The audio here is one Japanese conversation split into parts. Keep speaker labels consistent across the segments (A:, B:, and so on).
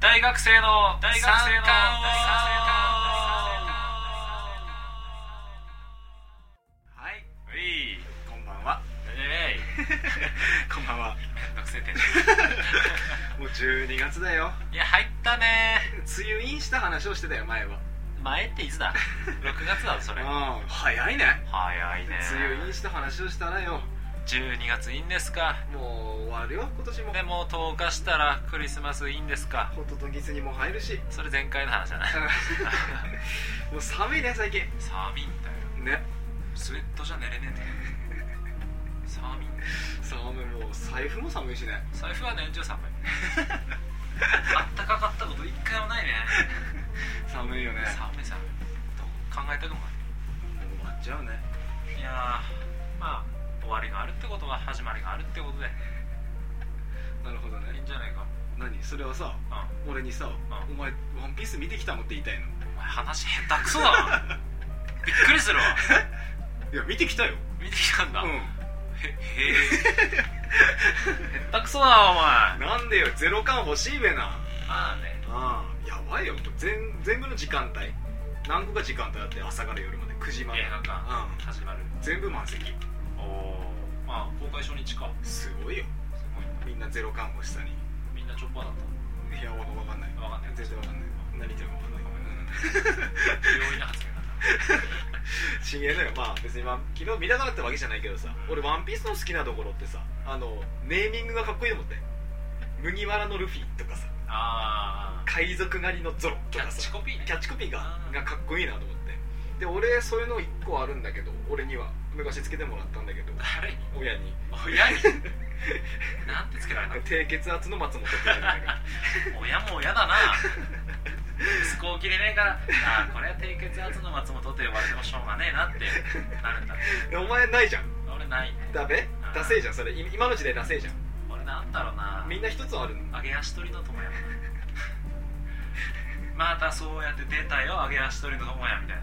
A: 大学生の大学生の
B: はい、
A: うい
B: こんばんは。
A: えい
B: こんばんは。
A: めんどくせえ店
B: もう12月だよ。
A: 長いや入ったね
B: 梅雨インした話をしてたよ、前は。
A: 前っていつだ6月だぞそれ
B: うん、早いね。
A: 早いね
B: 梅雨インした話をしたらよ。
A: 12月いいんですか
B: もう終わるよ、今年
A: でも
B: も。
A: 10日したらクリスマスいいんですか
B: ホットとギスにも入るし。
A: それ前回の話だね
B: もう寒いね、最近。
A: 寒いんだよ
B: ね。
A: スウェットじゃ寝れねえんだよ寒い
B: 寒い、もう財布も寒いしね。
A: 財布は年中寒いあったかかったこと一回もないね
B: 寒いよね。
A: 寒い寒い考えたくもない
B: もう終わっちゃうね。
A: いやーまあ終わりがあるってことは始まりがあるってことで
B: なるほど
A: いい
B: ね
A: ん。じゃないか
B: 何それはさ、
A: うんお
B: 俺にさ、お前、ワンピース見てきたのって言いたいの。
A: 前話下手くそだ なびっくりするわ
B: いや、見てきたよ。
A: 見てきたんだ、へ
B: う
A: へえ下手くそだなお前
B: ん。なんでよ、ゼロ感欲しいべな。
A: まあね
B: ああやばいよ全全部の時間帯何個か時間帯あって朝から夜まで9時まで
A: 映画館
B: うん
A: 始まる
B: 全部満席
A: おおまあ公開初日か
B: すごいよ
A: すごい
B: みんなゼロ感欲しさに
A: みんなチョッパーだっ
B: いやわわかんない
A: たわかんない
B: 全然わかんない何言ってるかわかんない
A: 容易な発言だっ
B: ちげえだよまあ別に、まあ、昨日見たからってわけじゃないけどさ俺ワンピースの好きなところってさあのネーミングがかっこいいと思って麦わらのルフィとかさ
A: たああ
B: 海賊狩りのゾロと
A: キャ
B: か
A: ッ
B: さ
A: チコピーね
B: キャッチコピーが
A: あー
B: がかっこいいなと思ってで俺そういうの1個あるんだけど俺には昔つけてもらったんだけど
A: 誰に
B: 親に
A: 親に なんてつけられたの
B: 低血圧の松本って言われたんだ
A: 親も親だな息子を切れねえからああこれは低血圧の松本って呼ばれてもしょうがねえなってなるんだ
B: け どお前ないじゃん
A: 俺ないね
B: ダメ
A: あー
B: ダセえじゃんそれい今の時代ダセえじゃん
A: 俺なんだろうな
B: みんな一つはあるの
A: 揚げ足取りの友やもんなまたそうやって出たよ揚げ足取りの友やみたいな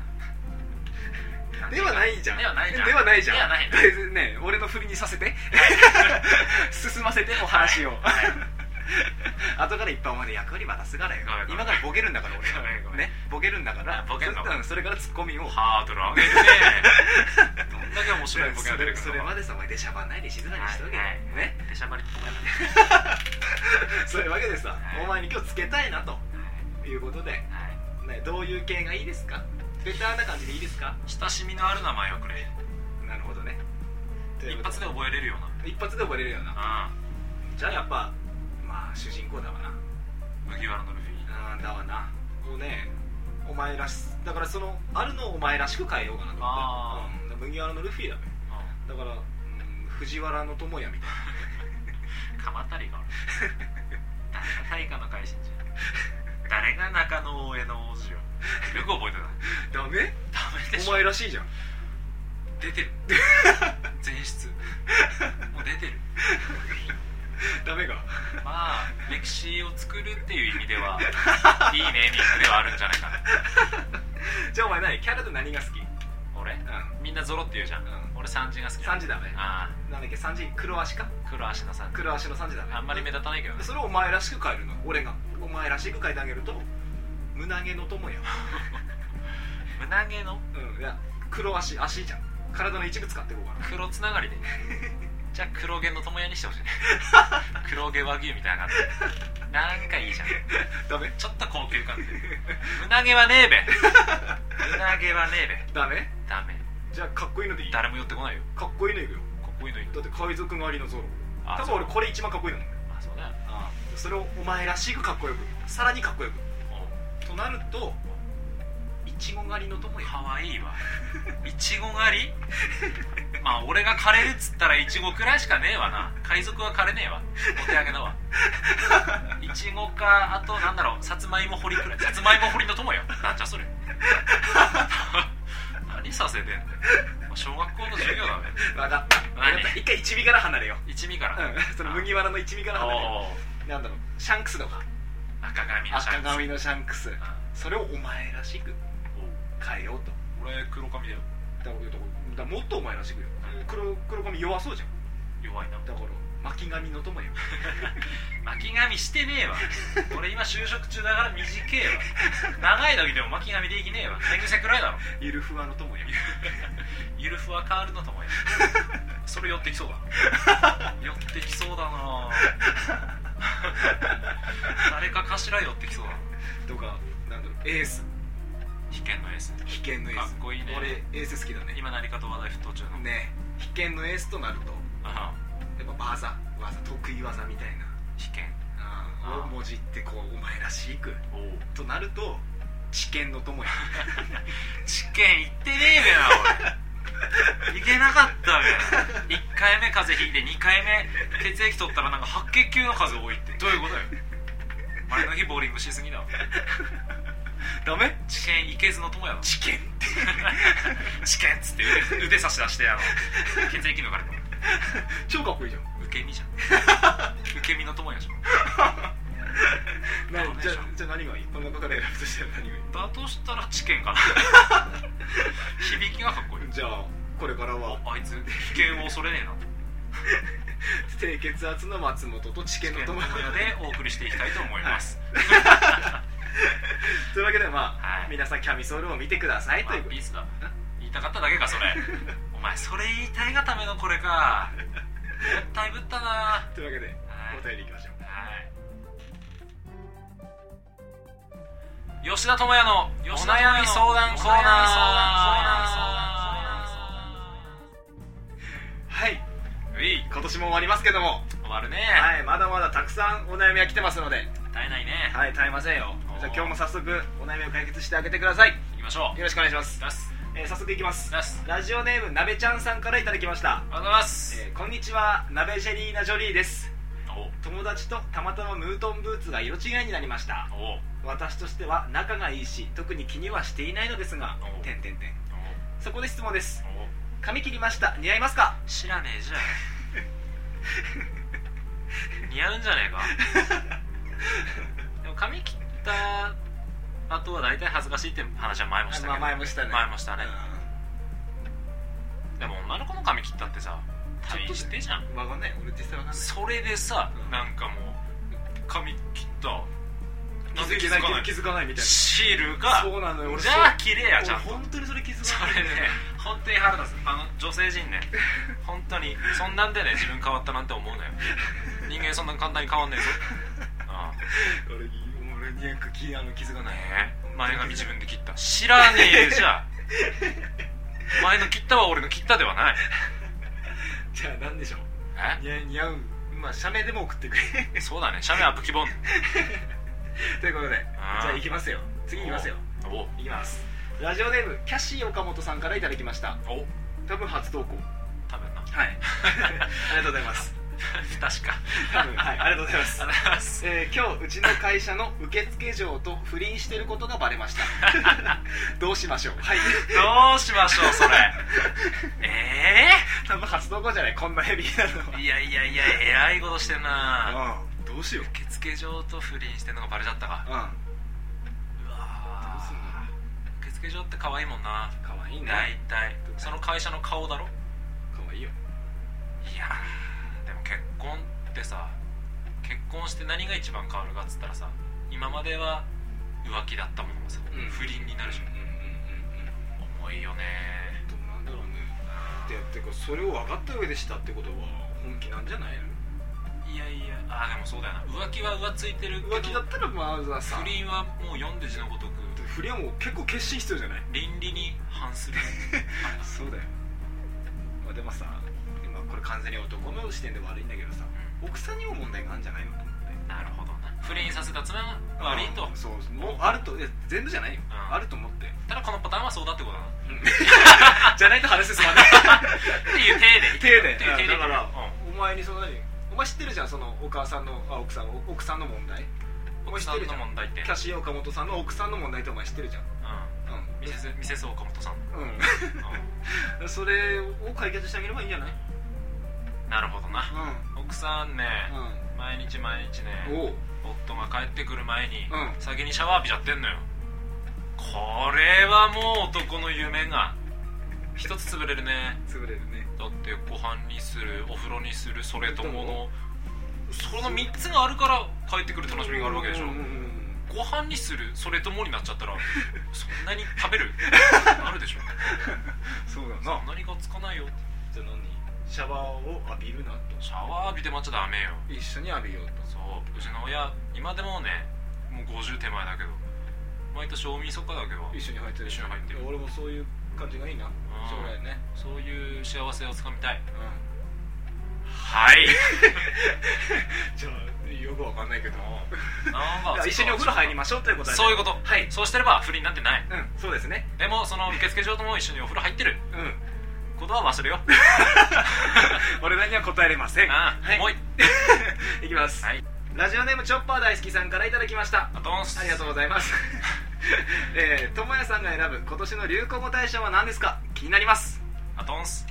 B: ではないじゃん
A: ではないじゃん
B: ではないじゃん
A: ではないね
B: でね俺の振りにさせ て進ませてお話を、
A: はい
B: 後から一般まで役割渡すからよ
A: ごめんごめん
B: 今からボケるんだから俺
A: ごめんごめん
B: ねボケるんだから
A: あボケるの
B: そうんそれからツッコミを
A: ハードル上げるねどんだけ面白いボケが出てくるの
B: それまでさお前でしゃばんないで静かにしておけよ、
A: はいはい
B: ね
A: でしゃばりって友やなんで
B: そういうわけでさ
A: はい
B: お前に今日つけたいなと
A: は
B: いうことで、ね、
A: いはい
B: どういう系がいいですかベターな感じでいいですか
A: 親しみのある名前をくれ
B: なるほどねという
A: 一
B: こと
A: 発
B: で
A: で覚えれるような
B: 一発で覚えれるような
A: ああ
B: じゃあやっぱまあ主人公だわな
A: 麦わらのルフィ
B: あーだわなもうねお前らしだからそのあるのをお前らしく変えようかなと思
A: あ
B: って、うん、だから麦わらのルフィだねだから、うん、藤原の智也みたいな
A: 鎌足りがおる誰が大化の改新じゃん誰が中野大江の王子よよく覚えてた
B: ダメ
A: ダメでし
B: お
A: ょ
B: 前らしいじゃん
A: 出てる全室もう出てる
B: ダメか
A: まあ歴史を作るっていう意味ではいいネーミングではあるんじゃないかな
B: じゃあお前何キャラで何が好きう
A: 俺
B: ん
A: みんなゾロって言うじゃん、
B: うん
A: 俺三人が好き
B: 三時ダメ
A: あ
B: なんだっけ三時黒足か
A: あ黒足の三人
B: 黒足の三時ダメ
A: あんまり目立たないけどね
B: それをお前らしく変えるの俺がお前らしく変えてあげると胸毛の友 や
A: 胸毛の
B: うんいや黒足足じゃん体の一部使っていこうかな
A: 黒つな がりでじゃあ黒毛の友やにしてほしいね黒毛和牛みたいな感じなんかいいじゃん
B: ダメ
A: ちょっと高級感 で胸毛はねえべ胸毛はねえべ
B: ダメ
A: ダメ
B: じゃあかっこいいのでいいか
A: 誰も寄ってこないよ
B: っこいいのいくよ
A: かっこいいのいい
B: だって海賊狩りのゾロ
A: あ
B: 多分俺これ一番かっこいいの
A: あそうだよ
B: ああそれをお前らしくかっこよくさらにかっこよくとなるといちご狩りの友
A: お
B: や
A: かわいいわいちご狩りまあ俺が枯れるっつったらいちごくらいしかねえわな海賊は枯れねえわお手上げだわいちごかあとなんだろうさつまいも掘りくらいさつまいも掘りの友よなんじゃそれ何させてんだよ小学校の授業だね
B: 分かったわかった一回一味から離れよ
A: 一味か
B: う
A: ら、
B: うんその麦わらの一味から離れよ
A: おー
B: うなんだろうシャンクスとか
A: 赤髪のシャ
B: 赤
A: ンクス
B: 髪のシャンクスそれをお前らしく
A: う
B: 変えようと
A: んお俺黒髪だよ
B: だからだからもっとお前らしくよ黒黒髪弱そうじゃん
A: 弱いな
B: だから巻紙の友よ
A: 巻き髪してねえわ俺今就職中だから短えわ長い時でも巻き髪でいきねえわ寝癖くらいだろ
B: ゆるふわの友よ
A: ゆるふわカールのともやそれ寄ってきそうだな寄ってきそうだな誰か頭寄ってきそうだな
B: とかなんだろうエース
A: 危険のエース
B: 必見のエース
A: かっこいいね
B: 俺エース好きだね
A: 今何かと話題沸騰中の、
B: ね必見のエースとなると
A: ああ
B: やっぱ技技得意技みたいな
A: 危険
B: あ
A: あ
B: ーをもじってこうお前らしく
A: おお
B: となると知見の友よ
A: 知見行ってねえべな俺行けなかったべ1回 目風邪ひいて2回目血液取ったらなんか白血球の数多いってどういうことよ前の日ボーリングしすぎだわ
B: ダメ
A: 知見行けずの友やろ
B: 知見って
A: 試験っつって腕腕差し出してあの血液抜かれた
B: 超かっこいいじゃん
A: 受け身じゃん 受け身の友やじゃん
B: な
A: ダメじ
B: じゃ
A: ゃ
B: あ
A: ん
B: じゃあ何がいいこの中から選ぶとしたら何がい
A: だとしたら知 見かな響きがかっこいい
B: いじゃあこれからは
A: あいつ危険を恐れねえな
B: 低血圧の松本と知見の友よ
A: 知見のでお送りしていきたいと思います、
B: というわけでまあ、
A: はい
B: 皆さんキャミソールを見てくださいと
A: ワ
B: いう
A: ン
B: こ
A: ピ
B: とで
A: ースだ言いたかっただけかそれお前それ言いたいがためのこれかもったいぶったなは
B: というわけで
A: はい
B: お便りいきましょう
A: い吉田智也のお
C: 吉田智也の
A: 悩み
C: お
A: 相談コーナー
C: 悩み相談コーナー
B: はい
A: ーうい
B: 今年も終わりますけども、
A: 終わるね、
B: はい、まだまだたくさんお悩みが来てますので
A: 絶えないね、
B: はい絶えませんよ
A: おー
B: じゃあ今日も早速お悩みを解決してあげてくださいよ
A: 行きましょう
B: ろしくお願いします、
A: 出す
B: えー早速いきます
A: 出す
B: ラジオネームなべちゃんさんからいただきました、
A: ありがとうございます、
B: えーこんにちはなべジェリーナ・ジョリーです
A: お
B: 友達とたまたまムートンブーツが色違いになりました
A: おお
B: 私としては仲がいいし特に気にはしていないのですが
A: おう
B: てんてんてん
A: お
B: そこで質問です
A: お
B: 髪切りました似合いますか
A: 知らねえじゃん似合うんじゃねえか でも髪切った後は大体恥ずかしいって話は前もしたけど、
B: まあ前もしたね
A: 前もしたね、
B: う
A: でも女の子の髪切ったってさ
B: ちょっとね
A: 大してじゃん
B: んわかんない俺実際わかんない
A: それでさ、
B: うん
A: なんかもう髪切った
B: 気
A: なんで
B: づ
A: 気づ
B: か
A: か
B: な
A: ないい
B: 気づかないみたい
A: シール
B: な
A: が
B: そうなのよ俺
A: じゃあ切れやちゃんと
B: 本当にそれ気づ
A: そ
B: かない
A: れね本当に腹立つあの女性陣ね本当にそんなんでね自分変わったなんて思うのよ人間そんな簡単に変わんねえぞあ
B: 俺俺に気あの気づか
A: あ
B: ない
A: ねえ前髪自分で切った知らねえじゃん前の切ったは俺の切ったではない
B: じゃあ何で しょう
A: え
B: 似合い似合うまあ写メでも送って くれ
A: そうだね写メアップ希望
B: ということでじゃあ行きますよ
A: 次
B: 次行きますよ
A: おお
B: いきますラジオネームキャシー岡本さんからいただきました
A: お
B: 多分初投稿
A: 多分な
B: はい ありがとうございます
A: 確か
B: 多分はいありがとうございます
A: ありがとうございます
B: えー今日うちの会社の受付嬢と不倫してることがバレました どうしましょうはい
A: どうしましょう それえ
B: 多分初投稿じゃないこんなヘビーなの
A: えいやいやいやえらいことしてんな
B: はうんどうしよう
A: 受付嬢と不倫してんのがバレちゃったか
B: うん
A: うわ
B: どうすん
A: ー受付嬢って可愛いもんな
B: のかわいい
A: 大体その会社の顔だろ
B: かわいいよ
A: いやーでも結婚ってさ結婚して何が一番変わるかっつったらさ今までは浮気だったものもさ、
B: うん
A: 不倫になるじゃん
B: うんうんうんうん
A: 重いよね
B: どうなんだろうねでってかそれを分かった上でしたってことは本気なんじゃないの
A: いやいやあーでもそうだよな浮気は浮ついてるけど
B: 浮気だったらまあさ
A: 不倫はもう読んで字のごとく
B: 不倫はもう結構決心必要じゃない
A: 倫理に反 する
B: そうだよ、まあ、でもさ今これ完全に男の視点で悪いんだけどさ奥さんにも問題があるんじゃないのと思って
A: なるほどな不倫させた妻が悪いと
B: うんそうもうあるといや全部じゃないよ、
A: うん
B: あると思って
A: ただこのパターンはそうだってことだ なっ
B: じゃないと話進まない
A: ていう体で
B: 手で
A: っていう体で
B: だから
A: うん、
B: お前にその何お前知ってるじゃんそのお母さんのあ奥さんお奥さんの問題お
A: 奥
B: 前知っ
A: さ
B: て
A: ん
B: るじ
A: の
B: ゃん
A: 問題って
B: キャシー岡本さんの奥さんの問題ってお前知ってるじゃん
A: う
B: うん
A: んミセスミセス岡本さんの、
B: う
A: うん
B: それを解決してあげればいいんじゃない
A: ん、なるほどな
B: う
A: 奥さんね
B: ん
A: 毎日毎日
B: うん
A: ね
B: おう
A: 夫が帰ってくる前に
B: うん
A: 先にシャワー浴びちゃってんのよこれはもう男の夢が一つ潰れるね
B: 潰れるね
A: だってご飯にするお風呂にするそれとものその3つがあるから帰ってくる楽しみがあるわけでしょ
B: うんうんうん
A: ご飯にするそれともになっちゃった らそんなに食べるなるでしょ
B: そうだ
A: そ
B: なん
A: なにがつかないよ
B: じゃあ何シャワーを浴びるなと
A: シャワー浴びて待っちゃダメよ
B: 一緒に浴びようと
A: そううちの親今でもねもう50手前だけど毎年大晦日だけど
B: 一緒に入ってる
A: 一緒に入ってる
B: 俺もそういう感じがいいな将来ね
A: そういう幸せをつかみたい
B: うん
A: はい
B: じゃあよくわかんないけど
A: なん
B: じゃあ
A: か
B: 一緒にお風呂入りましょうということで
A: そういうこと
B: はい
A: そうしてれば不倫なんてない
B: うんそうですね
A: でもその受付嬢とも一緒にお風呂入ってる
B: うん
A: ことは忘れよ う
B: 俺らには答えれません
A: ああ、
B: はい
A: 重い
B: いきます、
A: はい
B: ラジオネームチョッパー大好きさんからいただきました
A: あどん
B: ありがとうござい ます。えー、ともやさんが選ぶ今年の流行語大賞は何ですか気になります。
A: あどんす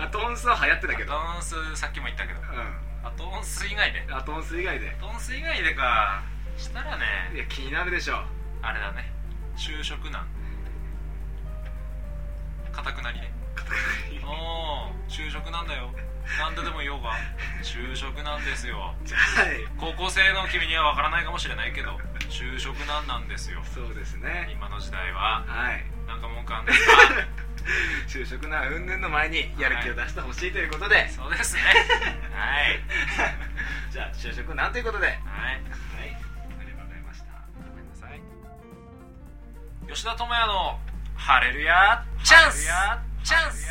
B: アトンスは流行ってたけど。
A: アトンスさっきも言ったけど
B: う
A: アトンス以外で
B: ん。アトンス以外で。
A: アトンス以外でかしたら
B: い
A: ね
B: や、気にな るでしょう。
A: あれだね就職難かたくなりねおお就職なんだよ何度でも言おうが就職なんですよ
B: じゃあはい。
A: 高校生の君にはわからないかもしれないけど就職難なんですよ
B: そうですね。
A: 今の時代は
B: はい。
A: なんか文句あんですか
B: 就職な云々の前にやる気を出してほしいということで、
A: そうですねはい
B: じゃあ就職なんということで。はい。
A: はい
B: ありがとうございました。
A: ごめんなさい吉田智也の「ハレルヤチャンスチャンスチャンス」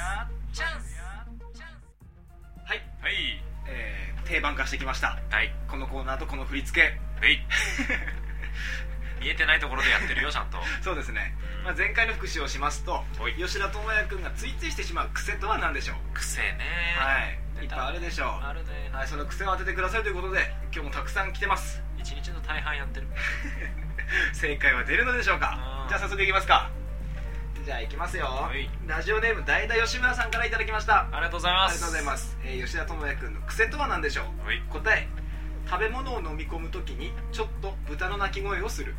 B: はい。
A: はい
B: えー、定番化してきました。
A: はい
B: このコーナーとこの振り付け。
A: はい見えてないところでやってるよち ゃんと
B: そうですね。まあ、前回の復習をしますと、
A: おい
B: 吉田智也君がついついしてしまう癖とは何でしょう
A: 癖ね
B: はい、
A: 出
B: いっぱ
A: た
B: いあるでしょう
A: あるね
B: はいその癖を当ててくださいということで今日もたくさん来てます
A: 一日の大半やってる
B: 正解は出るのでしょう
A: う
B: か
A: ん
B: じゃあ早速いきますかじゃあいきますよ、
A: はい
B: ラジオネーム代田吉村さんからいただきました
A: ありがとうございま
B: あり
A: す
B: がとうござい
A: す
B: ます、えー吉田智也君の癖とは何でしょ
A: はい、
B: う答え食べ物を飲み込むときにちょっと豚の鳴き声をする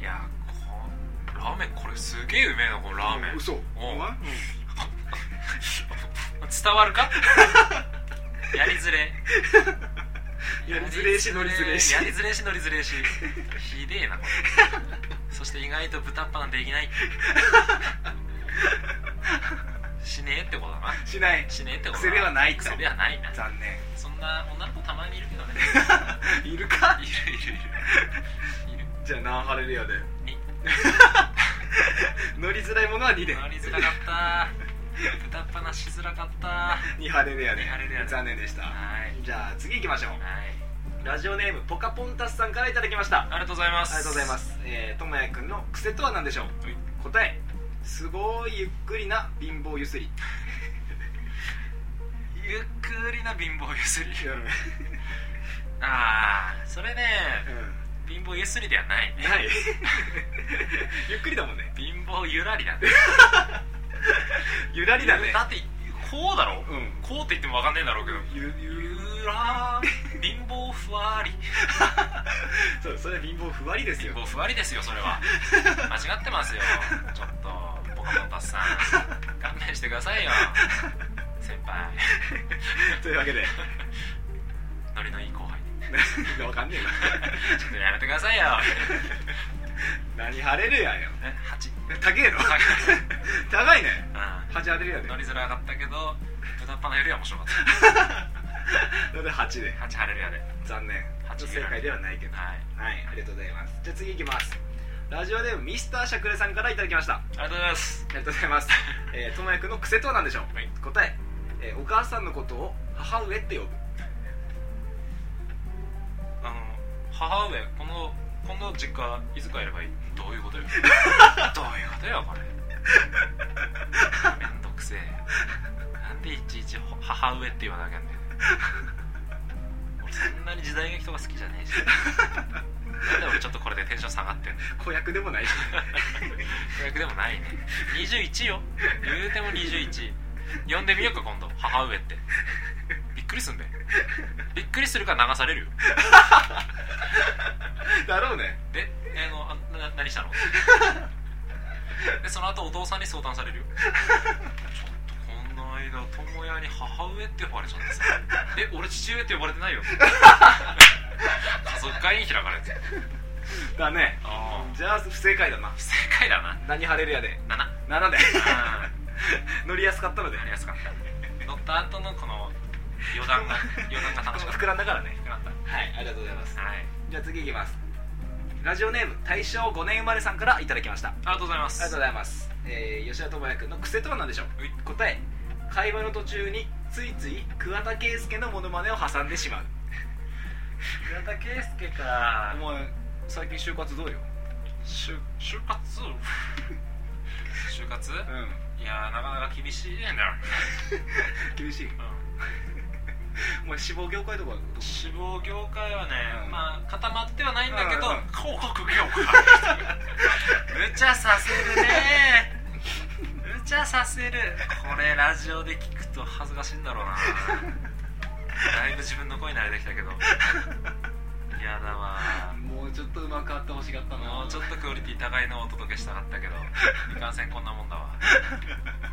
A: いやこラーメンこれすげえうめえなこのラーメン
B: 嘘う
A: おう
B: まい
A: 伝わる かやりづれ
B: やりづれえし乗りづれえし
A: やりづれえし乗りづれえしひでえ なこれそして意外と豚パンできないしねえってことだな
B: しない
A: しねえってことだ
B: 癖ではないと
A: 癖ではないな
B: 残念
A: そんな女の子たまにいるけど ね
B: いるか
A: いるいるいるいる
B: じゃあ何ハレルヤで
A: に
B: 乗りづらいものは2で
A: 乗りづらかった豚っ鼻しづらかったは
B: 2ハレルヤで
A: 二ハレルヤで
B: 残念でした
A: い
B: じゃあ次行きましょう
A: はい
B: ラジオネームポカポンタスさんからいただきましたあ
A: ありがとうございま
B: り
A: す
B: がとうございますえーともやくんの癖とは何でしょう
A: はい
B: 答えすごいゆっくりな貧乏ゆすり
A: ゆっくりな貧乏ゆすり
B: うん
A: ああそれね貧乏ゆすりではないね
B: ない ゆっくりだもんね
A: 貧乏ゆらりだね
B: ゆらりだね
A: だってこうだろ、
B: うん
A: こうって言っても分かんねえんだろうけど
B: ゆゆ
A: ゆらー貧乏ふわり
B: そうそれは貧乏ふわりです
A: 貧
B: よ
A: 乏ふわりですよそれは間違ってますよちょっとポカポンタスさん勘弁してくださいよ先輩
B: というわけで
A: ノリのいい後輩
B: わかんね
A: ちょっとやめてくださいよ
B: えな 何ハレルヤよ
A: え八
B: 高えの高いね
A: う
B: 8ハレルヤで
A: ん乗りづらかったけど豚っ鼻よりは面白かっ
B: それで8で
A: た八ハレルヤで
B: 残念
A: 八
B: 正解ではないけど
A: はい
B: はい、ありがとうございます。じゃあ次行きます。ラジオネームミスターシャクレさんからいただきました。あ
A: ありがとうございます
B: りがとうございます。 えー、ともやくんの癖とは何でしょう、
A: はい
B: 答ええーお母さんのことを母上って呼ぶ。
A: あの母上このこの実家いつ帰ればいいどういうことよどういうことよこれめんどくせえなんでいちいちほ母上って言わなきゃいけんだよ俺そんなに時代劇とか好きじゃねえしなんで俺ちょっとこれでテンション下がってんの
B: 子役でもないし。
A: 子役でもないね21よ言うても21呼んでみようか今度母上ってびっくりすんべびっくりするから流されるよ
B: だろうね。
A: で、あのあな何したのでその後お父さんに相談されるよちょっとこの間友也に母上って呼ばれちゃってさえ俺父上って呼ばれてないよ 家族会議開かれて
B: だね
A: ああ
B: じゃあ不正解だな
A: 不正解だな
B: 何晴れるやで
A: 7
B: 7で
A: う
B: 乗りやすかったので
A: んやりやすかった乗った後のこの余談 が余談が楽しかった
B: 膨らんだからね
A: くなった
B: はいありがとうございます
A: はい
B: じゃあ次いきますラジオネーム大正5年生まれさんからいただきましたあ
A: ありがとうございます
B: りがとうございます、えー、吉田智也君の癖とは何でしょう
A: うい
B: 答え会話の途中についつい桑田佳祐のモノマネを挟んでしまう
A: 倉田圭介か
B: お前最近就活どうよ
A: 就就 活就活
B: う
A: いやーなかなか厳しいんだよ、
B: ん厳しいお前志望業界とかどう
A: 志望業界はね、
B: うん
A: まあ固まってはないんだけど、
B: うんうん
A: 広告業 界無茶させるね無茶させるこれラジオで聞くと恥ずかしいんだろうなだいぶ自分の声慣れてきたけど嫌だわ
B: もうちょっとうまくあってほしかった
A: もうちょっとクオリティ高いのをお届けしたかったけどいかんせんこんなもんだわ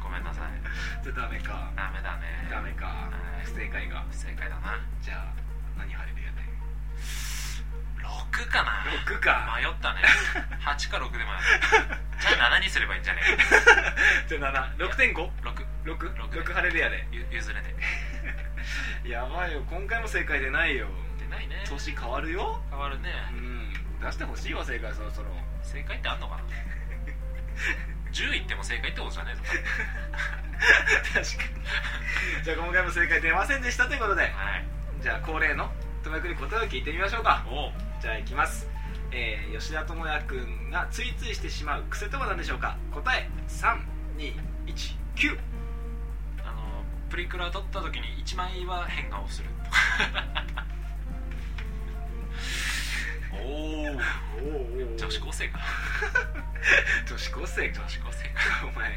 A: ごめんなさい
B: じゃあダメか
A: ダメだね
B: ダメか
A: はい
B: 不正解が
A: 不正解だな
B: じゃあ何晴れるやで
A: 6かな
B: 6か
A: 迷った ね8か6で迷ったじゃあ7にすればいいんじゃねえ
B: じゃあ7
A: か六
B: 6.56?6 晴れるやで
A: ゆ譲れね
B: やばいよ今回も正解出ないよ
A: 出ないね
B: 年変わるよ
A: 変わるね
B: うん出してほしいわ正解そろそろ
A: 正解ってあん のかな10いっても正解ってことじゃねえぞ
B: 確かにじゃあ今回も正解出ませんでしたということで
A: はい
B: じゃあ恒例のともやくに答えを聞いてみましょうか
A: おう
B: じゃあいきます、えー、吉田智也くんがついついしてしまう癖とは何でしょうか答え3219
A: あのプリクラ撮った時に1枚は変顔するとか おお
B: お
A: 女子高生か
B: 女子高生か
A: 女子高生か
B: お前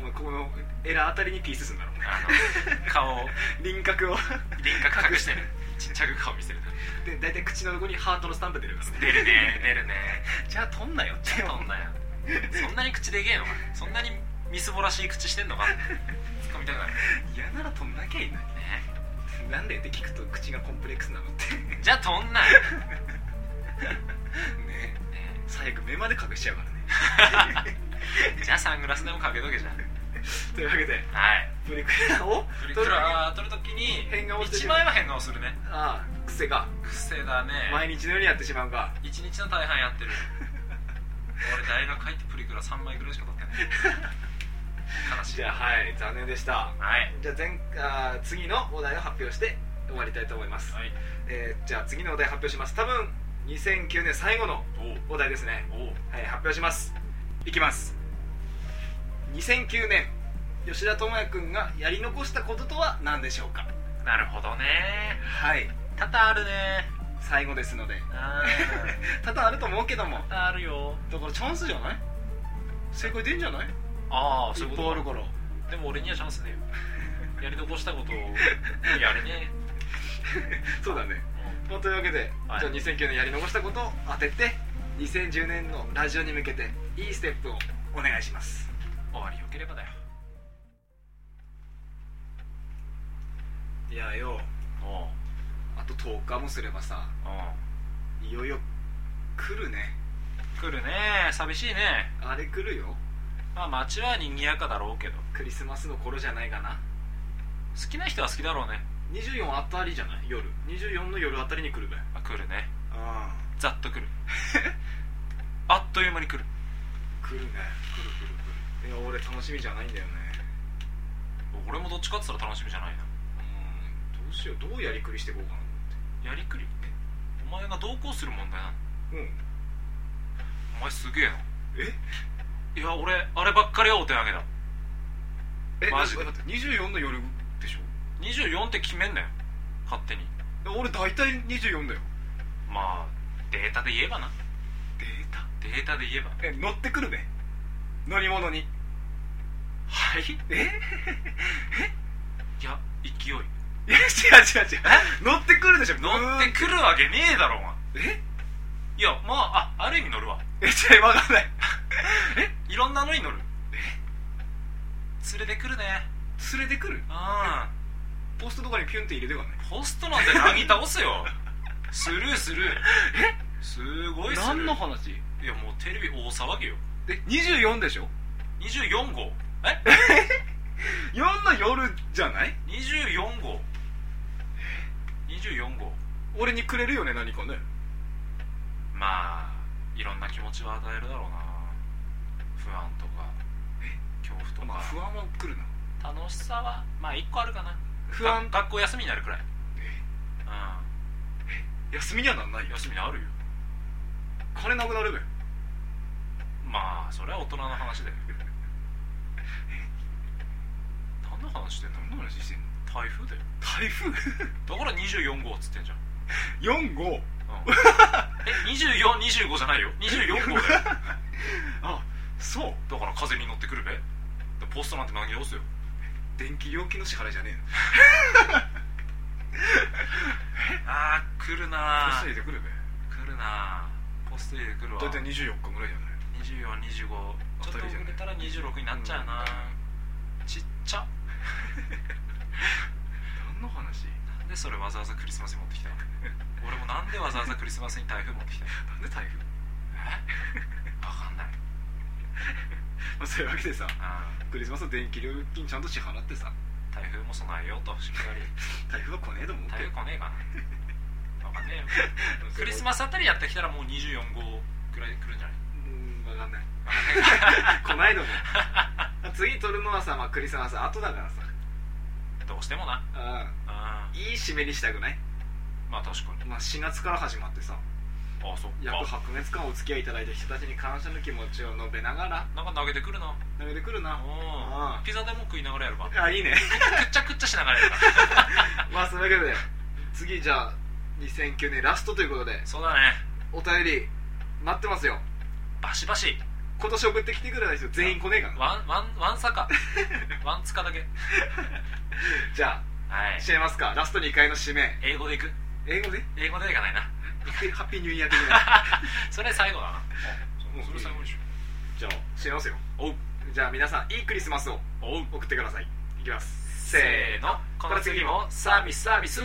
B: お前このエラーあたりにピースすんだろお前
A: あの顔を
B: 輪郭を
A: 輪郭隠して るちっちゃく顔見せる
B: で大体口の横にハートのスタンプ出るからね
A: 出るね出るね
B: じゃあ取んなよって
A: そんなやそんなに口でけえのかそんなにみすぼらしい口してんのかツッコみたくなるね
B: 嫌なら取んなきゃいいのになんでって聞くと口がコンプレックスなのって
A: じゃあとんなんよ、ね
B: ね最悪目まで隠しちゃうからね
A: じゃあサングラスでもかけとけじゃん
B: というわけで
A: はい
B: プリクラを
A: プリ
B: 撮
A: ク
B: る
A: ラ撮るときに
B: 変顔して
A: 1
B: る
A: 枚は変顔するね
B: ああ癖が
A: 癖だね
B: 毎日のようにやってしまうか
A: 一日の大半やってる俺大学入ってプリクラ3枚ぐらいしか撮ってない悲しい
B: じゃあはい残念でした
A: はい
B: じゃあ前あー次のお題を発表して終わりたいと思います、
A: はい
B: えーじゃあ次のお題発表します多分2009年最後の
A: お
B: お題ですね
A: おう
B: はい発表しますいきます2009年吉田智也君がやり残したこととは何でしょうか
A: なるほどね
B: はい
A: 多々あるね
B: 最後ですので
A: あ
B: 多々あると思うけども
A: ー多々あるよ
B: だからチャンスじゃない正解出んじゃない
A: ああ
B: い
A: そういう
B: っ
A: こ
B: ぱ
A: と
B: いあ
A: か
B: るから
A: でも俺にはチャンスねえよ やり残したことをやれね
B: そうだねまあ、というわけで、
A: はい
B: じゃあ2009年やり残したことを当てて2010年のラジオに向けていいステップをお願いします
A: 終わりよければだよ
B: いやよ
A: おう
B: あと10日もすればさ
A: お
B: いよいよ来るね
A: う来るね寂しいね
B: あれ来るよ
A: まあ街は賑やかだろうけど
B: クリスマスの頃じゃないかな
A: 好きな人は好きだろうね、
B: 24あたりじゃない夜24の夜あたりに来るべ
A: まあ、来るね
B: あ
A: ざっと 来るあっという間に来る
B: あ来るね来る来る来るいや俺楽しみじゃないんだよね
A: 俺もどっちかって言ったら楽しみじゃないな
B: うんどうしようどうやりくりしていこうかな
A: やりくりお前が同行する問題なの
B: と思って
A: お前すげえな
B: うんえ
A: いや俺あればっかりはお手上げだ
B: え
A: マジで
B: 待って24の夜でしょ
A: 24って決めんなよ勝手に
B: 俺大体24だよ
A: まあデータで言えばな
B: データ
A: データで言えば
B: え乗ってくるべ乗り物に
A: はい
B: え
A: いや勢い
B: いや違う違う違う乗ってくるでしょ
A: 乗ってくるわけねえだろお前
B: え
A: いやまああある意味乗るわ
B: え違う分かんないえ
A: いろんなのに乗る連れてくるね
B: 連れてくる
A: う
B: ポストとかにピュンって入れてこな
A: ん
B: い
A: ホストなんてなぎ倒す よスルースルーすごいスルー
B: 何の話
A: いやもうテレビ大騒ぎよ
B: え24でしょ
A: 24号え
B: 4の夜じゃない
A: 24号24号
B: 俺にくれるよね何かね
A: まあいろんな気持ちを与えるだろうな不安とか恐怖とか、
B: まあ不安は来るな
A: 楽しさはまあ1個あるかな
B: 不安
A: が学校休みになるくらいうん
B: 休みにはなんないよ
A: 休みあるよ
B: 金なくなるべ
A: まあそれは大人の話だよ何の話してんの
B: 何の話してんの
A: 台風だよ
B: 台風
A: だから24号っつってんじゃん、
B: 4号
A: うん、え2425じゃないよ24号だよ
B: あそう
A: だから風に乗ってくるべでポストなんて投げ倒すよ
B: 電気料金の支払いじゃねえの
A: ああ来るな
B: ポス
A: あ
B: ト入れてくるべ
A: 来るなあポスト入れてくるわ
B: 大体24日ぐらいじゃない
A: 2425ちょっと遅れたら26になっちゃうな、ちっちゃ
B: 何の話
A: なんでそれわざわざクリスマスに持ってきたの俺もなんでわざわざクリスマスに台風持ってきたの
B: なんで台風、
A: えわかんない
B: まあ、そういうわけでさ
A: あ
B: クリスマスの電気料金ちゃんと支払ってさ
A: ー台風も備えようとしっか り
B: 台風は来ねえと思って
A: 台風来ねえかなわかんねえよ クリスマ
B: ス
A: スあたりやってきたらもう24号くらい来るんじゃない
B: うん分かんない来ないの も次撮るのはさ、まあ、クリスマス後だからさ
A: どうしてもな
B: う
A: あ
B: んいい締めにしたくない、
A: ーまあ確かに
B: まあ、4月から始まってさ
A: ああそっ
B: 約
A: か
B: 8ヶ月間お付き合いいただいた人たちに感謝の気持ちを述べながら
A: なんか投げてくるな
B: 投げてくるな
A: う
B: うん
A: んピザでも食いながらやる ばく
B: あいいね
A: っちゃくっちゃしながらやる か
B: まあそういうわけで次じゃあ2009年ラストということで
A: そうだね
B: お便り待ってますよ
A: バシバシ
B: 今年送ってきてくれた人全員来ねえからな
A: ワンワンワンサカワンツカだけ
B: じゃ
A: はい
B: あしちゃいますかラスト2回の締め
A: 英語でいく
B: 英語で
A: 英語でいかないな
B: ハッピーニューイヤー的 な
A: それ最後だな
B: もうそれ最後
A: でしょ
B: じゃあ締めますよ
A: おう
B: じゃあ皆さんいいクリスマスを
A: おう
B: 送ってくださいいきます
A: せーのこの次もサービスサービス